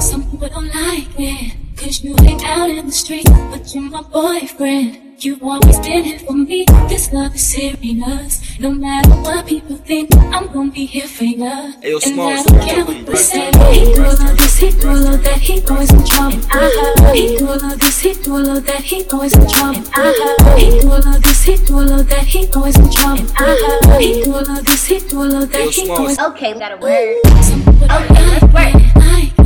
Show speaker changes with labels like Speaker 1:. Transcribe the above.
Speaker 1: Someone don't like it. Cause you hang out in the street, but you're my boyfriend. You've always been here for me. This love is serious. No matter what people think, I'm gonna be here for you.
Speaker 2: Ayo,
Speaker 1: and
Speaker 2: Smalls,
Speaker 1: I don't care
Speaker 2: welcome,
Speaker 1: what they
Speaker 2: Breakfast
Speaker 1: say.
Speaker 2: Club.
Speaker 1: He do all of this, he do all of that, he always in trouble. And I heard he do all of this, he do all of that, he always in trouble. And I heard he do all of this, he do all of that, he always in trouble. And I heard he do all of this, he do all of that,
Speaker 2: Ayo,
Speaker 1: he
Speaker 2: Smalls.
Speaker 1: always
Speaker 3: Okay, we got a word.
Speaker 1: Someone don't like it.